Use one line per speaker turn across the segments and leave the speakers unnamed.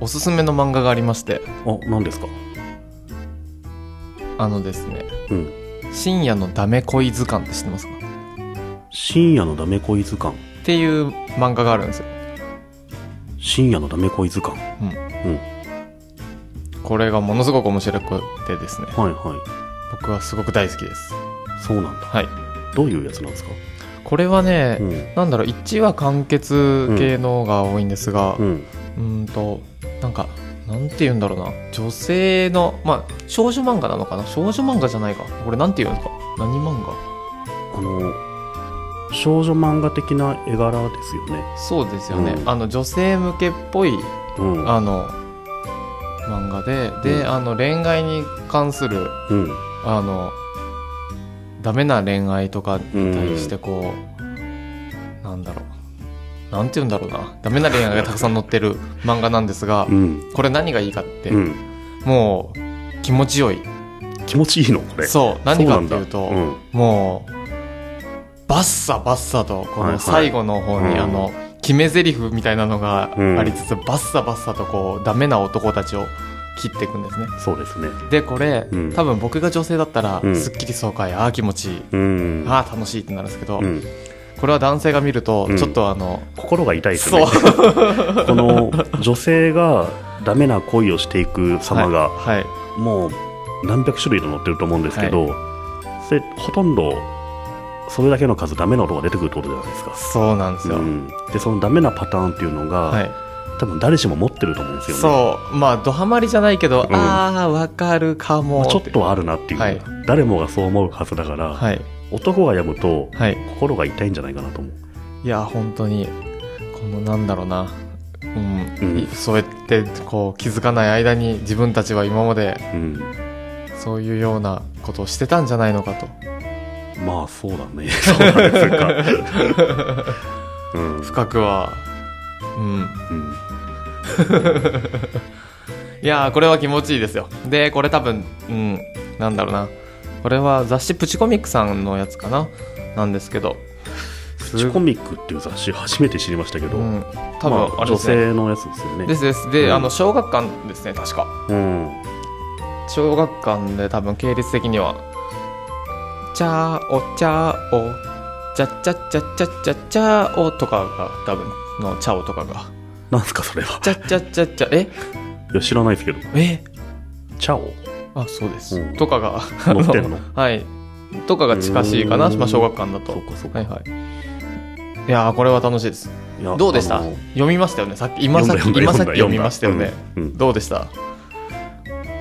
おすすめの漫画がありまして
あ何ですか
あのですね
うん
「深夜のダメ恋図鑑」って知ってますかっ
深夜のダメ恋図鑑
ていう漫画があるんですよ
深夜のダメ恋図鑑
うん
うん
これがものすごく面白くてですね
はいは
僕はすごく大好きです
いそうなんだ
はい
どういうやつなんですか
これはね、
うん
なんだろう1話完結系のが多いんですが
うん
うんんとなんかなんて言うんだろうな女性のまあ少女漫画なのかな少女漫画じゃないかこれなんて言うんですか何漫画
あの少女漫画的な絵柄ですよね
そうですよね、
うん
あの女性向けっぽい
うん
あの漫画でで、
うん
あの恋愛に関する
うん
あのダメな恋愛とかに対してこう、なんだろうなんて言うんだろうなダメな恋愛がたくさん載ってる漫画なんですが、
うん
これ何がいいかって、
うん
もう気持ちよい
気持ちいいのこれ
そう何かっていうと
そなんだ
もうバッサバッサとこ
はいは
の
い
最後の方に、
うん
あの決め台詞みたいなのが
うん
ありつつ、バッサバッサとこうダメな男たちを切っていくんですね
うん、そうですね
でこれ、
うん
多分僕が女性だったら、
うん
すっきり爽快ああ気持ちいい、
うん
ああ楽しいってなるんですけど、
うん、
これは男性が見ると、
うん
ちょっとあの
心が痛いです
そう
ね この女性がダメな恋をしていく様が、
はい、はい
もう何百種類と載ってると思うんですけど、それほとんどそれだけの数ダメな音が出てくるってことじゃないですか。
そうなんですよ、
うん、でそのダメなパターンっていうのが、
はい、
多分誰しも持ってると思うんですよね。
そうまあドハマりじゃないけど、
うん
ああわかるかも
まあ
て
ちょっとはあるなっていう、
はい
誰もがそう思うはずだから、
はい
男が病むと
はい
心が痛いんじゃないかなと思う。
いや本当にこのなんだろうなうん、
うん
そうやってこう気づかない間に自分たちは今まで
うん、
そういうようなことをしてたんじゃないのかと
まあそうだ ね。そうなんですか。うん、うん
深くはうんいやーこれは気持ちいいですよでこれ多分うんなんだろうなこれは雑誌プチコミックさんのやつかななんですけど
プチコミックっていう雑誌初めて知りましたけど、
うん多分
ま
あれ
女
ですね、
性のやつですよね。
ですですで、
うん
あの小学館ですね確か
うん
小学館で多分系列的には「チャーオチャーオチャッチャッチャッチャッチャッチャーオ」とかが多分の「チャオ」とかが
なんすかそれは
「チャッチャッチャッチャ」え
いや知らないですけど
え
チャオ
あそうです、
うん
とかが
乗ってんの
はいとかが近しいかな、
うーん
まあ、小学館だと
そうかそうか
はいはいいやーこれは楽しいです
いや
どうでした
あの
読みましたよねさっき今さっき
読んだ
今さっき
だ
読み
だ
ましたよね、
うんうん
どうでした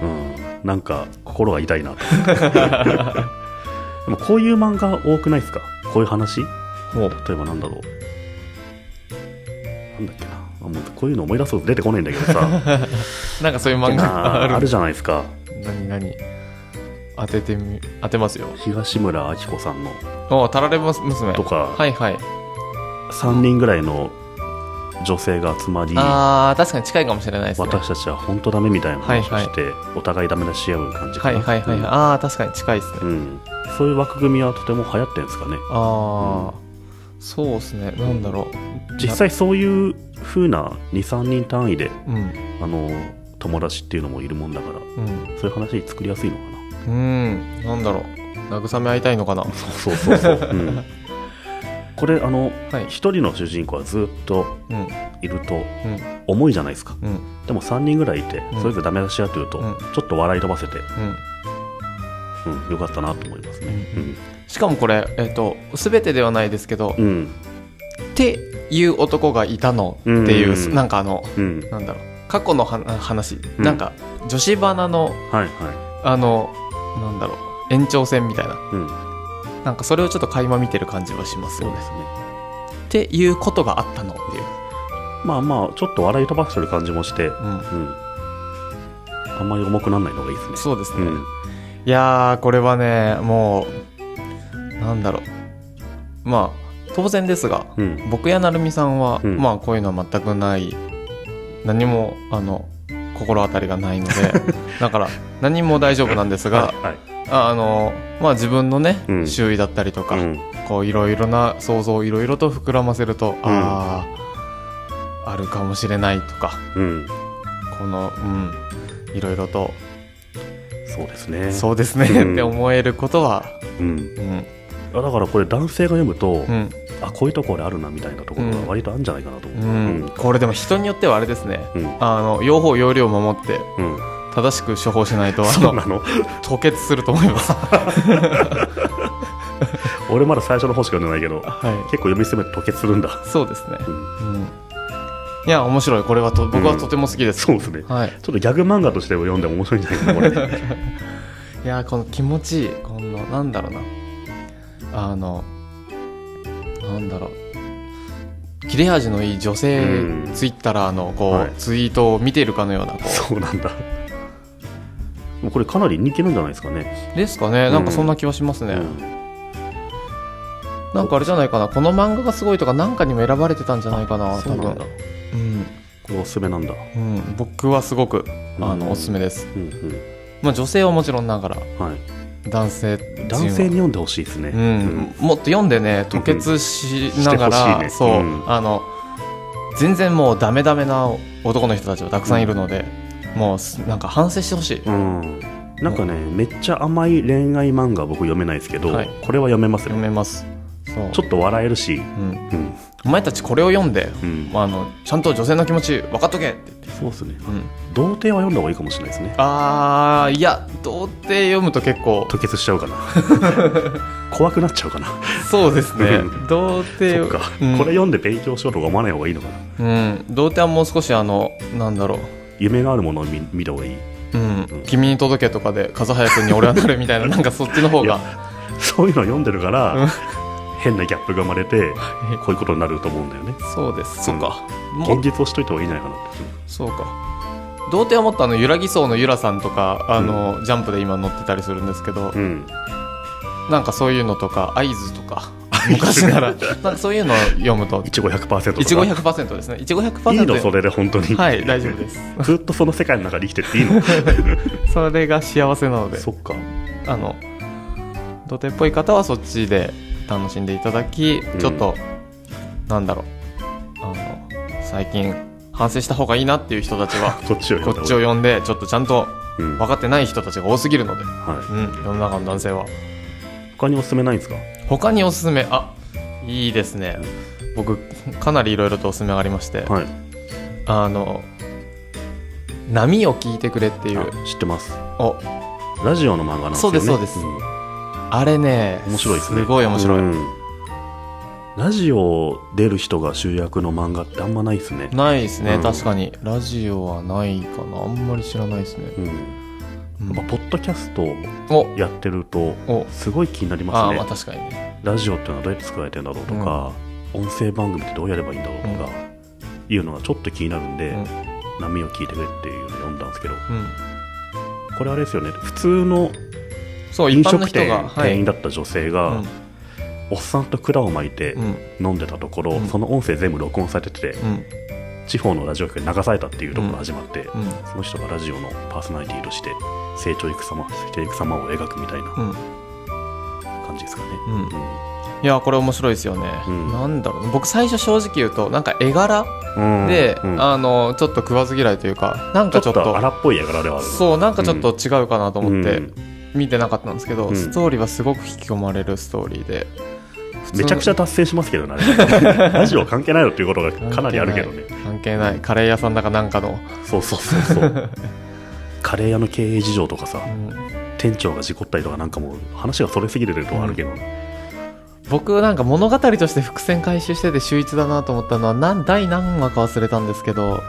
うんなんか心が痛いなと でもこういう漫画多くないですかこういう話例
もう
えばなんだろうなんだっけなあもうこういうの思い出そうと出てこないんだけ どさ
なんかそういう漫
な
画あ
あ
る
るじゃないですか
何何当ててみ当てますよ
東村明子さんの
おタラレバ娘
とか、
はいはい
3人ぐらいの女性が集まり
あー確かに近いかもしれないですね
私たちは本当ダメみたいな話をして、お互いダメ出し合う感じ
は
か
い
な
はいはい、
うん
ああ確かに近いですね、
うん、そういう枠組みはとても流行ってるんですかね
ああ、そうですねなんだろう
実際そういう風な23人単位で
うん
あの友達っていうのもいるもんだから
うん
そういう話作りやすいのか
うんなんだろう慰め合いたいのかな
なそうそう そうそう、うん、これあの
はい
一人の主人公はずっと
うんうん
いると重いじゃないですか
うん
でも3人ぐらいいて
うん
それぞれダメ出し合ってると、
うん
ちょっと笑い飛ばせて、
うん
うん、よかったなと思いますね
しかもこれえっ、と全てではないですけど、
う
っ
ん
ていう男がいたのっていう、
うん
なんかあの
うん、うん、
なんだろう過去のは話、
うん
なんか女子バナの
はいは、
あのなんだろう延長戦みたいない
うん、
なんかそれをちょっと垣間見てる感じはします
そ
よ
うで
ね。
すね
っていうことがあったのっていう。
まあまあちょっと笑い飛ばしてる感じもして、
うん、
うん、あんまり重くならないのがいいですね
そうです
う
ね。
ん
いやーこれはねもうなんだろうまあ当然ですが
うん
僕やなるみさんは、
うん
まあこういうのは全くない何もあの心当たりがないの でだから何も大丈夫なんですが
はい
ああのまあ自分のね、
うん
周囲だったりとか、
うん
こういろいろな想像をいろいろと膨らませると、
うん
あああるかもしれないとか
うん
このうんいろいろと
そうですね
そうですね、
うん
って思えることは
うん、
うん
あだからこれ男性が読むと、
うん、
あこういうとこ俺あるなみたいなところが割とあるんじゃないかなと思
う
う、
んこれでも人によってはあれですね
うんうん
あの用法用量を守って
うん
正しく処方しないとあ
そう
の
なの
吐血すると思い ます、
俺まだ最初の方しか読んでないけど
は
結構読み進めて吐血するんだ、
い、そうですね、
うん
うん、いや面白いこれはと僕はとても好きです、
そうですね
はい、
ちょっとギャグ漫画としても読んでも面白いんじゃないかなこ れ、
いやーこの気持ちいいこのなんだろうなあのなんだろう切れ味のいい女性
うん
ツイッターのこう、
はい
ツイートを見てるかのようなこ
そうなんだもうこれかなり人気なんじゃないですかね、
うですかねなんかそんな気はしますね、
うん
なんかあれじゃないかなこの漫画がすごいとかなんかにも選ばれてたんじゃないかな
そ
多
うなん
分
だ
うん、
これおすすめなんだ
うん、僕はすごくあの、
うん
おすすめです、
うんうん
まあ、女性はもちろんながら
はい
男性
男性に読んでほしいですね、
うん、もっと読んでね吐血しながら、
うんうんしてほしいね
そう、
うん
あの全然もうダメダメな男の人たちはたくさんいるので、もうすなんか反省してほしい、
うんうんなんかねめっちゃ甘い恋愛漫画は僕読めないですけど、
はい
これは読めますよ
読めますそう
ちょっと笑えるし、
うん、
うん
お前たちこれを読んで、
うん
あのちゃんと女性の気持ち分かっとけって、
そうですね
うん、
童貞は読んだ方がいいかもしれないですね
あーいや童貞読むと結 構
吐血しちゃうかな 怖くなっちゃうかな
そうですね
うん
童
そ
貞
っか、
うん
これ読んで勉強しようとか思わない方がいいのかな
うん、童貞はもう少しあのなんだろう
夢のあるものを見見た方がいい
うん、君に届けとかで風早くんに俺はなるみたいななんかそっちの方
い
が
やそういうのを読んでるから、
うん
変なギャップが生まれてこういうことになると思うんだよね
そうですそっか、もう
現実をしといた方がいいんじゃないかなって
そうか童貞はもっとあの揺らぎそうのゆらさんとかあの、ジャンプで今乗ってたりするんですけど、
うん
なんかそういうのとか合図と か昔ならなんかそういうのを読むと
いちご100%と
いちご
か
100%ですねいちご100%
いいのそれで本当に
はい大丈夫です
ずっとその世界の中で生きてっていいの
それが幸せなので
そっか
あの童貞っぽい方はそっちで楽しんでいただき、
ん
ちょっとなんだろうあの最近反省した方がいいなっていう人た ちは
こっちを
こっ
読んだ
ちを
方がいい
呼んでちょっとちゃんと
うん
分かってない人たちが多すぎるので、
は、
うん、世の中の男性はい
他におすすめないんですか
他におすすめあいいですね僕かなりいろいろとおすすめがありまして、
はい
あの「波を聞いてくれ」っていう
あ知ってます
お
ラジオの漫画なんですよね
そうですそうです
ん
あれね
面白いですね
ごい面白い、
うんラジオ出る人が主役の漫画ってあんまないですね、
ないですね、
うん
確かにラジオはないかなあんまり知らないですね、
うん
うん
やっぱポッドキャスト
お
やってると
お
すごい気になりま
あ
す
ー
ね
まあ確かにね
ラジオっていうのはどうやって作られてるんだろうとか、音声番組ってどうやればいいんだろうとか、いうのがちょっと気になるんで、
うん
波を聞いてくれっていうのを読んだんですけど
うん
これあれですよね普通の
そう
飲
一般の
食
人
店
が
店員だった女性が、
はい
おっさんと蔵を巻いて
うんうん
飲んでたところ、
うん
その音声全部録音されてて、
うん
地方のラジオ局に流されたっていうところが始まって、
うん
その人がラジオのパーソナリティとして成長いく様成長いく様を描くみたいな
うん
感じですかね、
うんいやこれ面白いですよね、
うん
なんだろうな僕最初正直言うとなんか絵柄
うんうん
で、
うん
あのちょっと食わず嫌いというかなん
ち
か
ょっ
ちょっと
と荒っぽい絵柄ではある
そうなんかちょっと違うかなと思って
うん
見てなかったんですけど、
うん
ストーリーはすごく引き込まれるストーリーで普通の
めちゃくちゃ達成しますけどねあ れラジオ関係ないよっていうことがかなりあるけどね
関係ないカレー屋さんだかなんかの、
そうそうそうそうカレー屋の経営事情とかさ
うん
店長が事故ったりとかなんかもう話がそれすぎてるとこあるけど、
僕なんか物語として伏線回収してて秀逸だなと思ったのは何第何話か忘れたんですけど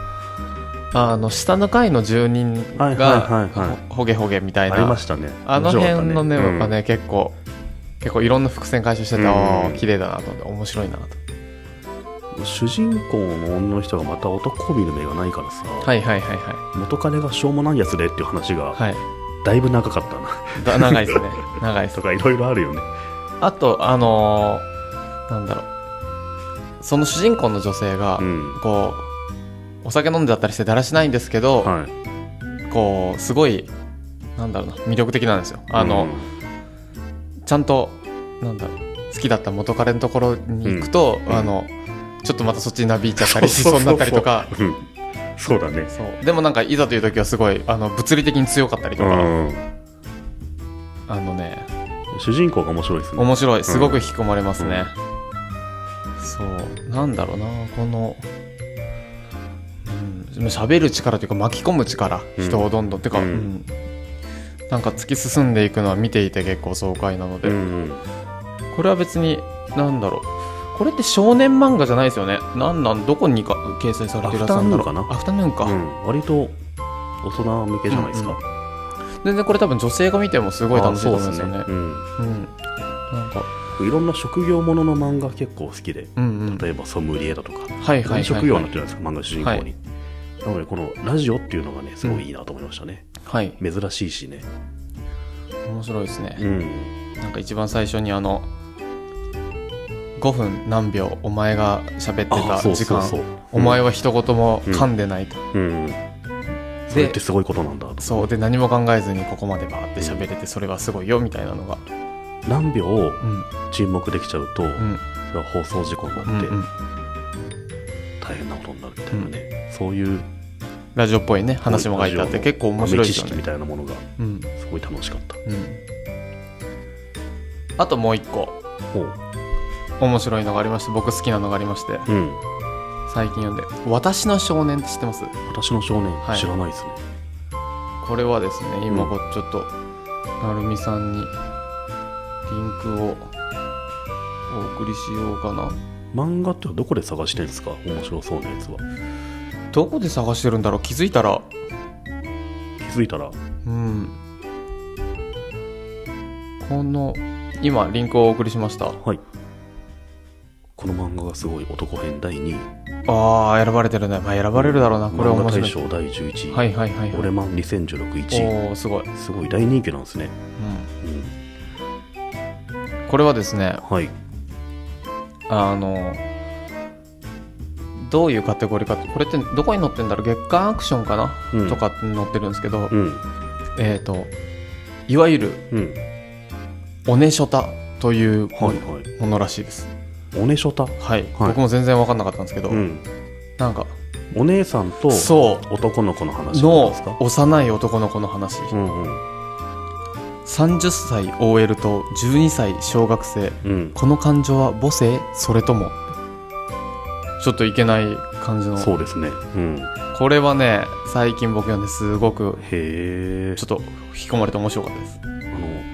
あの下の階の住人
は
が
いはいはいはい
ほほげほげみたい
あり
な
ましたね
あの辺のね、や
面
っ
白か
ぱ
った
ね、結構、結構いろんな伏線回収してて、
うん
ああ、綺麗だなと思って、面白いなと。
うん主人公の女の人がまた男見る目がないからさ、
はいはいはいは
元彼がしょうもないやつでっていう話
い。
が
は
だいぶ長かった
い。
な
だ長い ですね。長いです
と。かいろいろあるよね
あと、あのーなんだろう。その主人公の女性が
う、ん
こう、お酒飲んでだったりしてだらしないんですけど、
はい
こう、すごい、なんだろうな、魅力的なんですよ。あの、ちゃんと、なんだろう、好きだった元彼のところに行くと、
うん
あの、ちょっとまたそっちになびいちゃったりしそうになったりとか、
うんうんそうだね
そうでもなんかいざという時はすごいあの物理的に強かったりと
う
か、
ん
あのね
主人公が面白いですね
面白いすごく引き込まれますね、そうなんだろうなこのうんでも喋る力というか巻き込む力
うん
人をどんどん、てか、
う
うんんなんか突き進んでいくのは見ていて結構爽快なので、
うんうん
これは別になんだろうこれって少年漫画じゃないですよねなんなんどこにか掲載されていらっしゃるんだろう
アフタヌーンかな
アフタヌーンか、
うん割と大人向けじゃないですか、
うん全然これ多分女性が見てもすごい楽しいと思うんですよね
あそうっすう
う
ん
んなんか
僕いろんな職業ものの漫画結構好きで
うんうん
例えばソムリエだとか
はいはいはい、は
いろんな職業に
い
なってるじゃないですか、漫画の主人公に、なのでこのラジオっていうのがねすごいいいなと思いましたね、
はい、
珍しいしね
面白いですね、
ん
なんか一番最初にあの5分何秒お前が喋って
あ
た
そう
時
そう
間
そう
お前は一言も噛んでないと、
うん、うんそれってすごいことなんだと
そうで何も考えずにここまでバーって喋れてそれはすごいよみたいなのが
何秒
うん
沈黙できちゃうと、
うん
それは放送事故にな
うん
って
うん
大変なことになるみたいなね、そういう
ラジオっぽいね話も書いてあって結構面白い
豆
で
知
すよ
識み
ね
たいなものが
うん
すごい楽しかった
うんあともう一個
おう
面白いのがありまして僕好きなのがありまして
うん
最近読んで「私の少年」って知ってます
私の少年、
はい
知らないですね
これはですね今こうちょっとなるみさんにリンクをお送りしようかな
漫画ってどこで探してんですか面白そうなやつは
どこで探してるんだろう気づいたら
気づいたら
うんこの今リンクをお送りしました
はいこの漫画がすごい男編第2位
あー選ばれてるね、まあ、選ばれるだろうなこれ
漫
面
画
白
大
い
賞第11位、
はいはいはい、は
俺
い、
マン2016 1
おおすごい、うん
位すごい大人気なんですね、うん
これはですね
はい
あのどういうカテゴリーかってこれってどこに載ってんだろう月刊アクションかな、
うん
とかって載ってるんですけど、
うん
えー、といわゆる
うん
オネショタという
はい
も
はい
のらしいです、
おねしょた
はい僕も全然分かんなかったんですけど、
うん
なんか
お姉さんと
そ
男の子の話
う
なん
の
ですか
幼い男の子の話、
うんうん
30歳 OL と12歳小学生
うん
この感情は母性それともちょっといけない感じの
そうですねうん
これはね最近僕読んですごく
へえ
ちょっと引き込まれて面白かったです
あ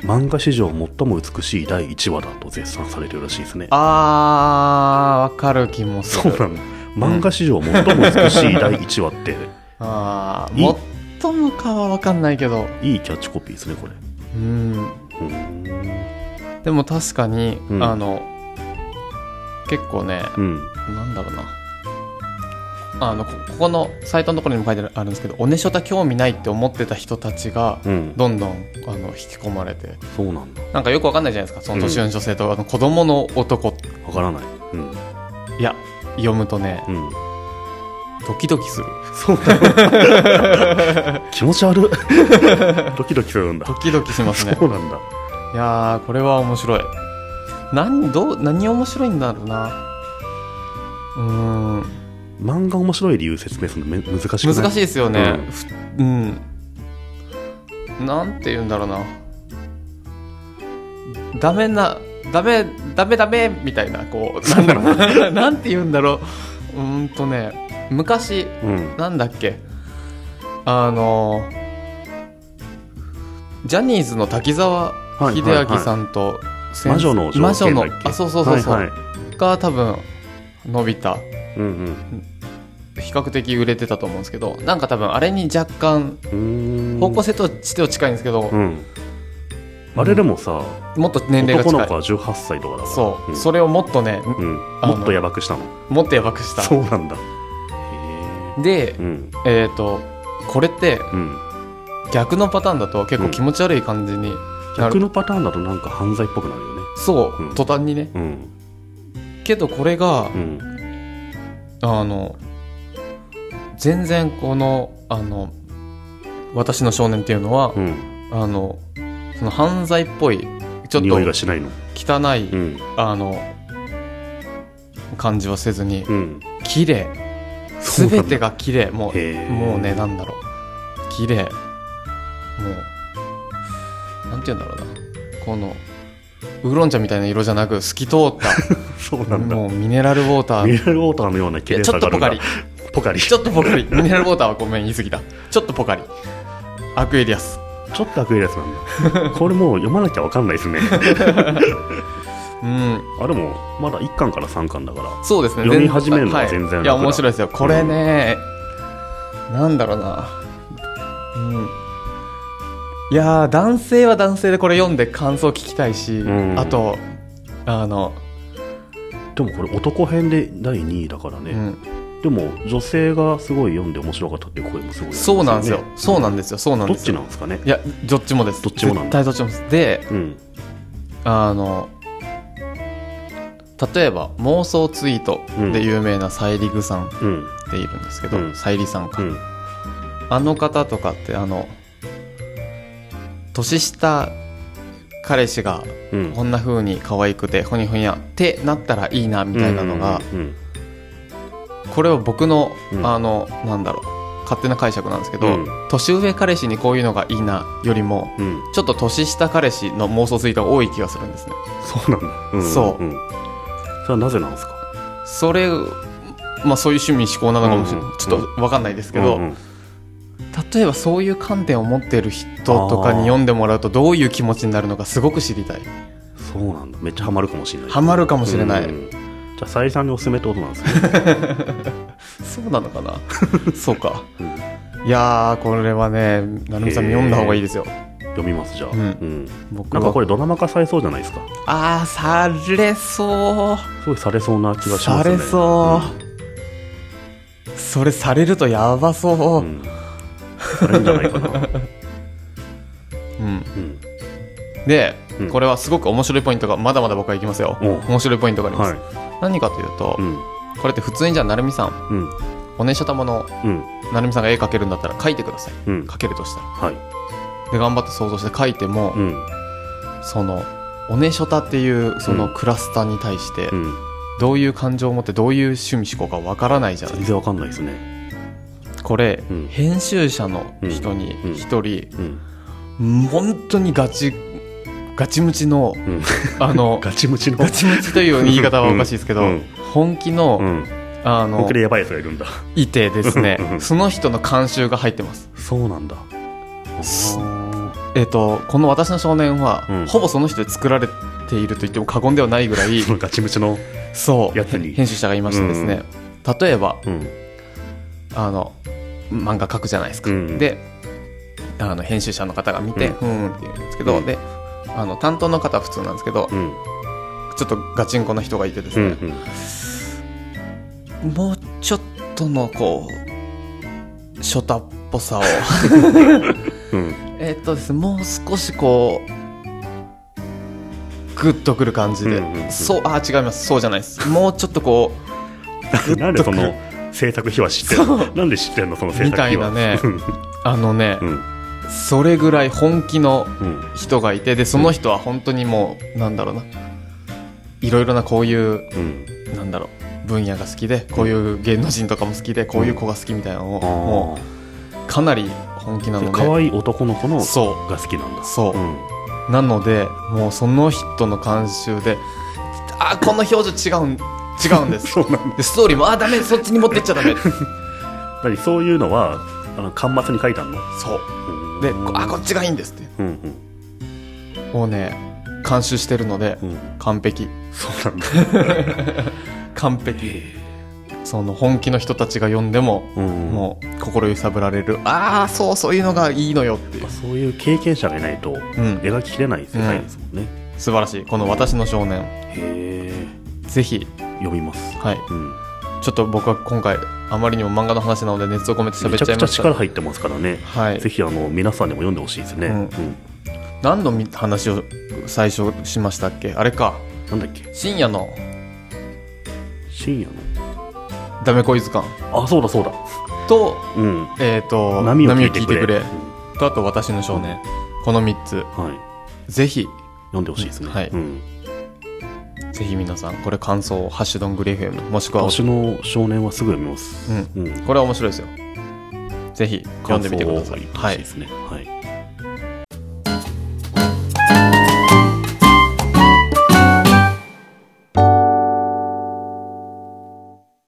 の漫画史上最も美しい第1話だと絶賛されてるらしいですね
あーわかる気もす
そ
る
うなの漫画史上最も美しい第1話って
あ
いい
ー最もかは分かんないけど
いいキャッチコピーですねこれ
うん
うー
でも確かに、
うん
あの結構ね
んうん
なんだろうなあのこここのサイトのところにも書いてあるんですけどおねしょた興味ないって思ってた人たちが
うん
どんどんあの引き込まれて
そうなんだ
なんかよくわかんないじゃないですかその年上の女性と、あの子供の男
わからないうん
いや読むとね
うん
ドキドキする
そうなの気持 ち悪いドキドキするんだ
ドキドキしますね
そうなんだ
いやーこれは面白い何どう何面白いんだろうなうーん
漫画面白い理由説明するのめ難しくない
難しい
い
ですよねふうん、なんて言うんだろうなダメなダメダメダメみたいなこうなんだろう なんて言うんだろううーんとね昔
うん
なんだっけあのジャニーズの滝沢
はい
秀
はいはい
明さんと先
魔女の条件だ
魔
っけ
女のあそうそうそうそう、
はいは
が多分伸びた
い、うん
比較的売れてたと思うんですけどなんか多分あれに若干
うんうーん
方向性としては近いんですけど
う、んあれでもさ、
もっと年齢が
男
近
の
い
子は18歳とかだから
そう、
ん
それをもっとね
うん、
あの
もっとやばくしたの
もっとやばくした
そうなんだへ
で
えうん
えっ、とこれって
うん
逆のパターンだと結構気持ち悪い感じになる、
逆のパターンだとなんか犯罪っぽくなるよね
そう、
うん
途端にね
うん
けどこれが
う、ん
あの全然このあの私の少年っていうのは、
うん
あのその犯罪っぽいちょっと
匂いがしないの
汚い、
うん
あの感じはせずに
うん
綺麗
そうなんだ
全てが綺麗もう
へー
もうねなんだろう綺麗もうなんて言うんだろうなこのウーロン茶みたいな色じゃなく透き通っ
そう
た
なんだ。
もうミネラルウォータ
ミネ
ー
ラルウォーターのような綺麗
ちょ
さ
っ
が
と
あ
ポカ
るが
リ
ポカリ。
ちょっとポカリミネラルウォーターはごめん言い過ぎたちょっとポカリアクエリアス
ちょっと悪いやつなん だ。これもう読まなきゃわかんないですね。
うん
あ、でも、まだ1巻から3巻だから。
そうですね
読み始めるのは
は
全然
い、い
楽だ
や面白いですよこれね、なんだろうなうんいやー男性は男性でこれ読んで感想聞きたいし、
うん
あとあの、
でもこれ男編で第2位だから
う
ね。
ん、
でも女性がすごい読んで面白かったっていう声もすごいありまよね、
そうなんですよ、そうなんですよそうなん
ど
で
っ
す
ち
よ
なんですかね
いやどっちもです
どっちもなん
絶対
だ
どっちもですで
うん
あの例えば妄想ツイートで有名なサイリグさんっ
うん
ているんですけど、
うん
サイリさんか、
うん
あの方とかってあの年下彼氏が
うん
こんな風に可愛くてほにほにゃってなったらいいなみたいなのが、
うん
これは僕の、
うん
あのなんだろう勝手な解釈なんですけど、
うん
年上彼氏にこういうのがいいなよりも
うんうん
ちょっと年下彼氏の妄想ツイートが多い気がするんですね
そうなんだ、うん、
そうん
それはなぜなんですか
それまあそういう趣味思考なのかもしれない、
うん
ちょっと分かんないですけど、
うんうん
例えばそういう観点を持っている人とかに読んでもらうとどういう気持ちになるのかすごく知りたい
そうなんだめっちゃハマるかもしれない
ハマるかもしれない
うんじゃあさゆりさんにおすすめってことなんですね
そうなのかな そうか
うん
いやーこれはね成美さん
へー
読んだ方がいいですよ
読みますじゃあ、
うん
ん
僕
な
は
んかこれドラマ化されそうじゃないですか
ああされそう
すごいされそうな気がしますね、
されそう、それされるとやばそううん
うんされるんじゃないかな、
うん
うん、
で、
うん
これはすごく面白いポイントがまだまだ僕はいきますよ
お
面白いポイントがあります、
は
何かというと、
いうん
これって普通にじゃあ成美さん
うん
おねしゃたまの
うん
成美さんが絵描けるんだったら描いてください
うん
描けるとしたら
はい
で頑張って想像して描いても、
うん
そのおねしょたっていうそうの
ん
クラスターに対して
うん
どういう感情を持ってどういう趣味思考かわからないじゃない
全然わかんないですね
これ、
うん
編集者の人に
うん
一人、
うん
本当にガチガチムチ の
うん
あの
ガチムチの
ガチムチという言い方はおかしいですけど、
うんうん
本気の,、
うん
あの
僕でやばいやつがいるんだ
いてですね
うん
その人の監修が入ってます
そうなんだ
す
あ
えっ、とこの「私の少年は」
うん
ほぼその人で作られていると言っても過言ではないぐらい
ーそのガチムチの
そう
やつに
編集者がいましてですね、例えば
うん
あの漫画描くじゃないですか、
うん
であの編集者の方が見て、
うん
ふーんって言うんですけど、
うん
であの担当の方は普通なんですけど、
うん
ちょっとガチンコな人がいてです
うん
ね、もうちょっとのこうショタっぽ さを
うん
えっとですねもう少しこうグッとくる感じで、
うんうんうん
そうあー違いますそうじゃないですもうちょっとこ
うん なんでその制作秘話知ってるのなんで知ってんのその
う
制
み
作
た
秘
いな
話
ねあのね、
うん
それぐらい本気の
うん
人がいてでその人は本当にもうなんだろうないろいろなこういう
うん
なんだろう分野が好きでこういう芸能人とかも好きでこういう子が好きみたいなのを、も
あ
うかなり本気な
ー
の
可
で
愛い男の子の
そ
が好きなんだ
うそう、
ん
なのでもうその人の監修であこの表情違うん違うんです
そうなんだ
でストーリーもあダメそっちに持ってっちゃダメ
何そういうのはあの端末に書いてあるの
そう
うん
でこあこっちがいいんですって
うんうん
もうね監修してるので
うん
完璧
そうなんだ
完璧その本気の人たちが読んでも
も
もう心揺さぶられるああそうそういうのがいいのよっていう
う、そういう経験者がいないと
うん、
描ききれない世界ですもんね、
素晴らしいこの「私の少年
へえ」
ぜひ
読みます
はい
うん
ちょっと僕は今回あまりにも漫画の話なので熱を込めて喋
め
っ
ちゃ
ちゃい
くちゃ
ました
力入ってますからね、
はい
ぜひあの皆さんにも読んでほしいですね、
うん
うん
何のみ話を最初しましたっけあれか
なんだっけ
深夜の
深夜
ダメ恋図鑑
のあそうだそうだ
と
うん
えっ、と
波を聞いてく
波
れ
を聞いとあと私の少年この3つ
うんはい
ぜひ
読んでほしいですね、
はい
うん
ぜひ皆さんこれ感想を「ハッシュドングリ FM」もしくは
私の少年はすぐ読みます。。
うん
うん。
これは面白いですよぜひ読んでみてくださ
感
い
想を
は
はいい。ですね。はい。